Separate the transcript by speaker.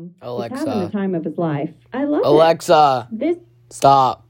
Speaker 1: He's having the
Speaker 2: Alexa.
Speaker 1: time of his life. I love it.
Speaker 2: Alexa,
Speaker 1: This
Speaker 2: stop.